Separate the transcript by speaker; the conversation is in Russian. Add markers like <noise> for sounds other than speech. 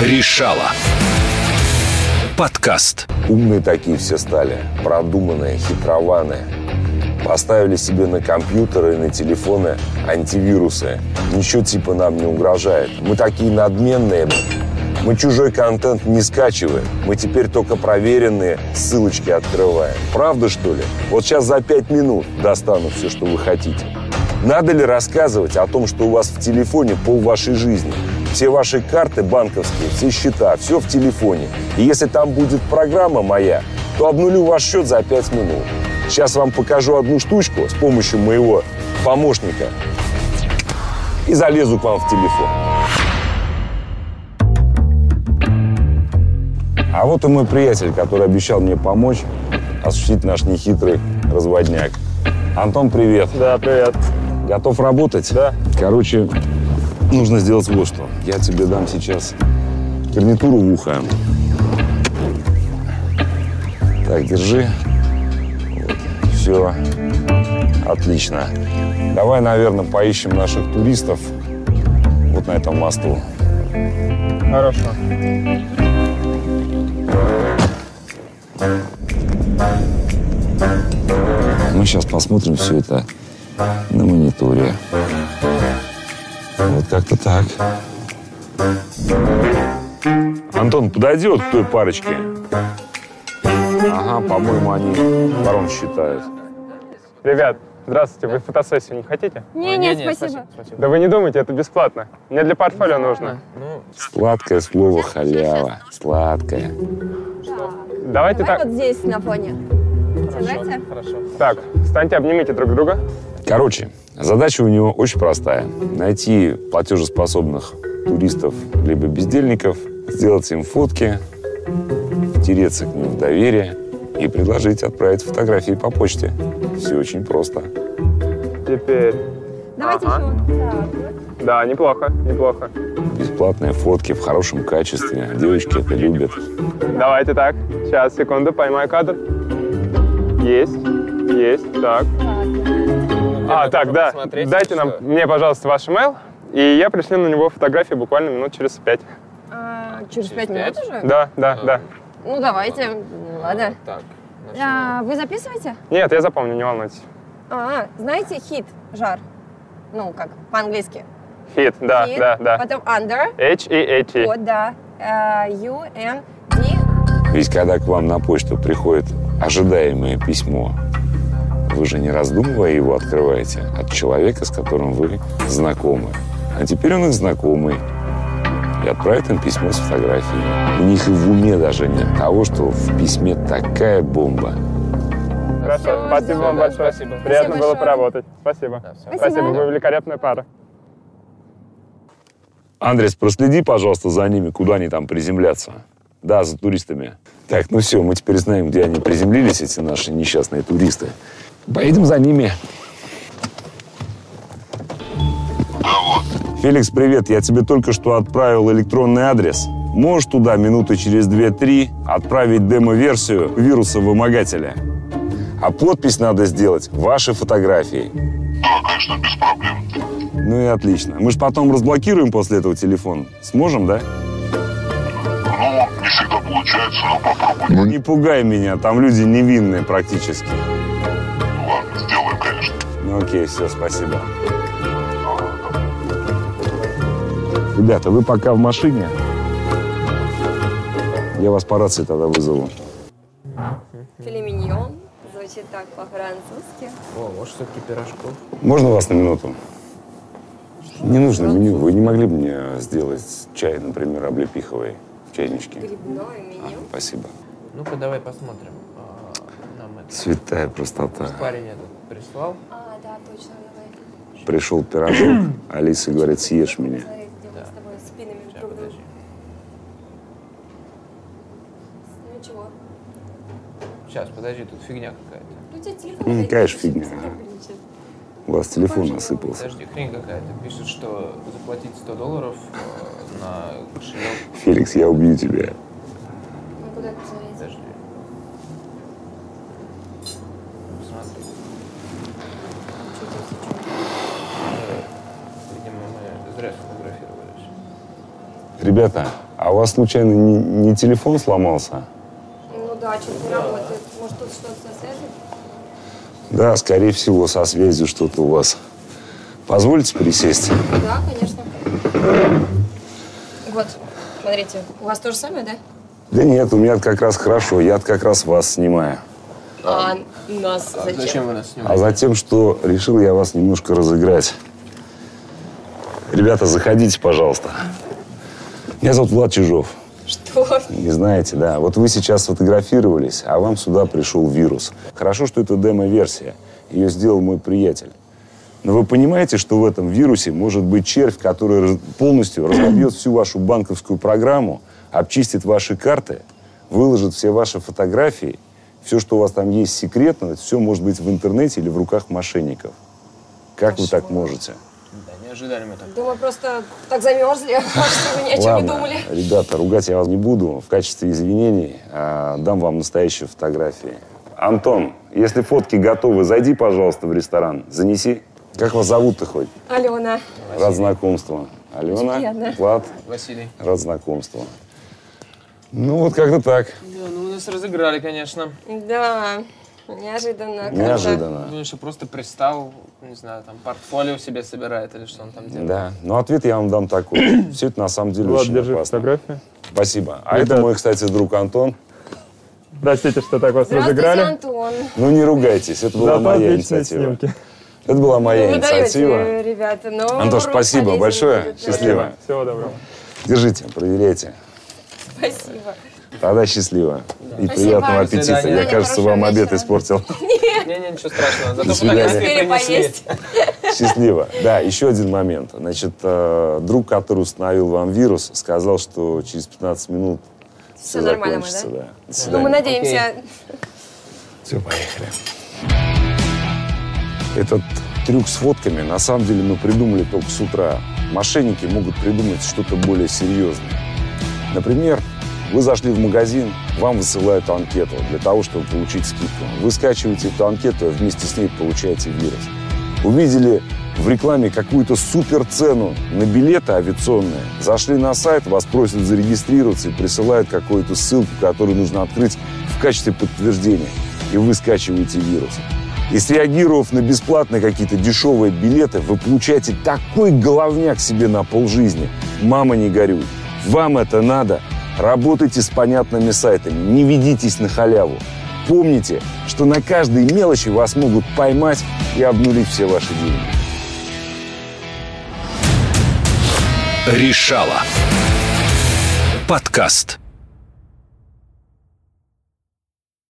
Speaker 1: решала. Подкаст.
Speaker 2: Умные такие все стали, продуманные, хитрованные. Поставили себе на компьютеры и на телефоны антивирусы. Ничего типа нам не угрожает. Мы такие надменные. Мы чужой контент не скачиваем. Мы теперь только проверенные ссылочки открываем. Правда, что ли? Вот сейчас за пять минут достану все, что вы хотите. Надо ли рассказывать о том, что у вас в телефоне пол вашей жизни? Все ваши карты банковские, все счета, все в телефоне. И если там будет программа моя, то обнулю ваш счет за 5 минут. Сейчас вам покажу одну штучку с помощью моего помощника и залезу к вам в телефон. А вот и мой приятель, который обещал мне помочь осуществить наш нехитрый разводняк. Антон, привет.
Speaker 3: Да, привет.
Speaker 2: Готов работать?
Speaker 3: Да.
Speaker 2: Короче, нужно сделать вот что. Я тебе дам сейчас гарнитуру в ухо. Так, держи. Все. Отлично. Давай, наверное, поищем наших туристов вот на этом мосту.
Speaker 3: Хорошо.
Speaker 2: Мы сейчас посмотрим все это на мониторе. Вот как-то так. Антон, подойди вот к той парочке. Ага, по-моему, они ворон считают.
Speaker 3: Ребят, здравствуйте, вы фотосессию не хотите?
Speaker 4: Не, не, спасибо.
Speaker 3: Да вы не думайте, это бесплатно. Мне для портфолио нужно.
Speaker 2: Сладкое слово халява. Сладкое.
Speaker 3: Давайте
Speaker 4: Давай
Speaker 3: так.
Speaker 4: вот здесь на фоне. Давайте.
Speaker 3: Так, встаньте, обнимите друг друга.
Speaker 2: Короче, задача у него очень простая. Найти платежеспособных туристов либо бездельников, сделать им фотки, втереться к ним в доверие и предложить отправить фотографии по почте. Все очень просто.
Speaker 3: Теперь.
Speaker 4: Давайте
Speaker 3: Ага.
Speaker 4: еще вот так.
Speaker 3: Да, неплохо, неплохо.
Speaker 2: Бесплатные фотки в хорошем качестве. Девочки это любят.
Speaker 3: Давайте так. Сейчас, секунду, поймаю кадр. Есть, есть, так. А, так, да. Дайте нам, мне, пожалуйста, ваш email, и я пришлю на него фотографии буквально минут через пять.
Speaker 4: А, через пять минут уже?
Speaker 3: Да, да, да.
Speaker 4: Ну, давайте. Ладно.
Speaker 5: Так.
Speaker 4: А, Вы записываете?
Speaker 3: Нет, я запомню, не волнуйтесь.
Speaker 4: А, знаете, хит, жар. Ну, как, по-английски.
Speaker 3: Хит, да,
Speaker 4: Hit,
Speaker 3: да, да.
Speaker 4: Потом under.
Speaker 3: H E и H.
Speaker 4: Вот, да. А, U, N, D.
Speaker 2: Ведь когда к вам на почту приходит ожидаемое письмо, вы же не раздумывая его открываете от человека, с которым вы знакомы. А теперь он их знакомый. И отправит им письмо с фотографиями. У них и в уме даже нет того, что в письме такая бомба.
Speaker 3: Хорошо,
Speaker 4: Всё,
Speaker 3: спасибо вам
Speaker 5: да,
Speaker 3: большое.
Speaker 5: спасибо.
Speaker 3: Приятно
Speaker 4: Спасибо
Speaker 3: было
Speaker 4: большое.
Speaker 3: поработать. Спасибо.
Speaker 5: всё.
Speaker 3: Спасибо,
Speaker 4: Спасибо.
Speaker 3: вы великолепная пара.
Speaker 2: Андрес, проследи, пожалуйста, за ними, куда они там приземлятся. Да, за туристами. Так, ну все, мы теперь знаем, где они приземлились, эти наши несчастные туристы. Поедем за ними. Феликс, привет. Я тебе только что отправил электронный адрес. Можешь туда минуты через 2-3 отправить демо-версию вируса-вымогателя. А подпись надо сделать вашей фотографией. Ну и отлично. Мы же потом разблокируем после этого телефон. Сможем, да?
Speaker 6: Ну, не всегда получается, но попробуем.
Speaker 2: Не пугай меня, там люди невинные практически.
Speaker 6: Ладно, сделаем, конечно.
Speaker 2: Ну окей, все, спасибо. Ребята, вы пока в машине. Я вас по рации тогда вызову.
Speaker 4: Филиминьон. Звучит так по-французски.
Speaker 5: О, может, все-таки пирожков?
Speaker 2: Можно вас на минуту? Не нужно меню. Вы не могли бы мне сделать чай, например, облепиховый в чайничке?
Speaker 4: Грибное меню.
Speaker 2: Спасибо.
Speaker 5: Ну-ка, давай посмотрим. А, Нам это...
Speaker 2: Святая простота.
Speaker 5: Парень этот прислал.
Speaker 4: А, да, точно, давай.
Speaker 2: Пришел пирожок, Алиса говорит, съешь меня.
Speaker 4: Смотри, где мы с тобой спинами
Speaker 5: Сейчас,
Speaker 4: друг к другу.
Speaker 5: подожди.
Speaker 4: Ну, чего?
Speaker 5: Сейчас, подожди, тут фигня какая-то.
Speaker 4: Ну, у тебя телефон.
Speaker 2: М,
Speaker 4: опять
Speaker 2: конечно,
Speaker 4: включен,
Speaker 2: фигня.
Speaker 4: смотри, блин,
Speaker 2: У вас телефон насыпался.
Speaker 5: Подожди, хрень какая-то. Пишет, что заплатить 100 долларов э, на кошелек.
Speaker 2: Феликс, я убью тебя.
Speaker 4: Ну, куда ты смотреть?
Speaker 5: Подожди. Посмотри. Э, Видимо, мы зря сфотографировались.
Speaker 2: Ребята, А у вас случайно не, не телефон сломался?
Speaker 1: Ну да, что-то не работает. Может, тут что-то со связью?
Speaker 2: Да, скорее всего, со связью что-то у вас. Позвольте присесть?
Speaker 1: Да, конечно.
Speaker 4: Вот, смотрите, у вас то же самое, да?
Speaker 2: Да нет, у меня как раз хорошо, я как раз вас снимаю.
Speaker 4: А, нас
Speaker 5: А
Speaker 4: зачем?
Speaker 5: Зачем вы нас снимаете?
Speaker 2: А затем, что решил я вас немножко разыграть. Ребята, заходите, пожалуйста. Меня зовут Влад Чижов.
Speaker 4: Что?
Speaker 2: Не знаете, да. Вот вы сейчас сфотографировались, а вам сюда пришел вирус. Хорошо, что это демо-версия. Ее сделал мой приятель. Но вы понимаете, что в этом вирусе может быть червь, который раз- полностью разобьет всю вашу банковскую программу, обчистит ваши карты, выложит все ваши фотографии, все, что у вас там есть секретно, все может быть в интернете или в руках мошенников. Как вы так можете?
Speaker 5: Да, не ожидали мы так.
Speaker 4: Думаю, Ну, просто так замерзли, <laughs> что вы ни о чем не
Speaker 2: Ладно,
Speaker 4: думали.
Speaker 2: ребята, ругать я вас не буду. В качестве извинений а, дам вам настоящие фотографии. Антон, если фотки готовы, зайди, пожалуйста, в ресторан. Занеси. Как вас зовут-то хоть?
Speaker 4: Алена,
Speaker 2: Рад знакомству. Алена,
Speaker 4: приятно.
Speaker 2: Влад,
Speaker 5: Василий.
Speaker 2: рад знакомству. Ну, вот как-то так.
Speaker 5: Да, ну вы нас разыграли, конечно.
Speaker 4: да, неожиданно. как-то.
Speaker 2: Неожиданно.
Speaker 5: Думаю, что просто пристал, не знаю, там портфолио себе собирает или что он там делает.
Speaker 2: Да. Ну, ответ я вам дам такой.
Speaker 4: <clears throat>
Speaker 2: Все это на самом деле
Speaker 3: Влад,
Speaker 2: очень
Speaker 3: держи
Speaker 2: опасно.
Speaker 3: фотографию.
Speaker 2: Спасибо. А это
Speaker 3: Ребят.
Speaker 2: мой, кстати, друг Антон.
Speaker 3: Простите, что так вас
Speaker 4: Здравствуйте,
Speaker 3: разыграли.
Speaker 4: Антон.
Speaker 2: Ну, не ругайтесь, это была
Speaker 3: Зато
Speaker 2: моя
Speaker 3: отличные
Speaker 2: инициатива.
Speaker 3: снимки.
Speaker 2: Это была моя
Speaker 4: Вы
Speaker 2: инициатива.
Speaker 4: даете, ребята, ну, но...
Speaker 2: Антош,
Speaker 4: урок
Speaker 2: спасибо
Speaker 4: полезен
Speaker 2: большое.
Speaker 4: будет, да.
Speaker 2: Счастливо.
Speaker 3: Всего доброго.
Speaker 2: Держите, проверяйте.
Speaker 4: Спасибо.
Speaker 2: Тогда счастливо. И приятного
Speaker 4: До
Speaker 2: аппетита.
Speaker 5: свидания.
Speaker 2: Я, кажется,
Speaker 4: Хорошего
Speaker 2: вам обед
Speaker 4: вечера.
Speaker 2: испортил.
Speaker 5: Не-не, ничего страшного. Зато
Speaker 2: свидания.
Speaker 5: фотографии
Speaker 4: Успели
Speaker 5: принесли.
Speaker 4: поесть.
Speaker 2: Счастливо. Да, еще один момент. Значит, э, друг, который установил вам вирус, сказал, что через 15 минут все,
Speaker 4: Всё нормально,
Speaker 2: закончится.
Speaker 4: да?
Speaker 2: Да? До
Speaker 4: Ну, мы
Speaker 2: свидания.
Speaker 4: надеемся.
Speaker 2: Все, поехали. Этот трюк с фотками на самом деле мы придумали только с утра. Мошенники могут придумать что-то более серьезное. Например, вы зашли в магазин, вам высылают анкету для того, чтобы получить скидку. Вы скачиваете эту анкету, а вместе с ней получаете вирус. Увидели в рекламе какую-то супер цену на билеты авиационные. Зашли на сайт, вас просят зарегистрироваться и присылают какую-то ссылку, которую нужно открыть в качестве подтверждения. И вы скачиваете вирус. И среагировав на бесплатные какие-то дешевые билеты, вы получаете такой головняк себе на полжизни. Мама, не горюй. Вам это надо. Работайте с понятными сайтами, не ведитесь на халяву. Помните, что на каждой мелочи вас могут поймать и обнулить все ваши деньги.
Speaker 7: Решала. Подкаст.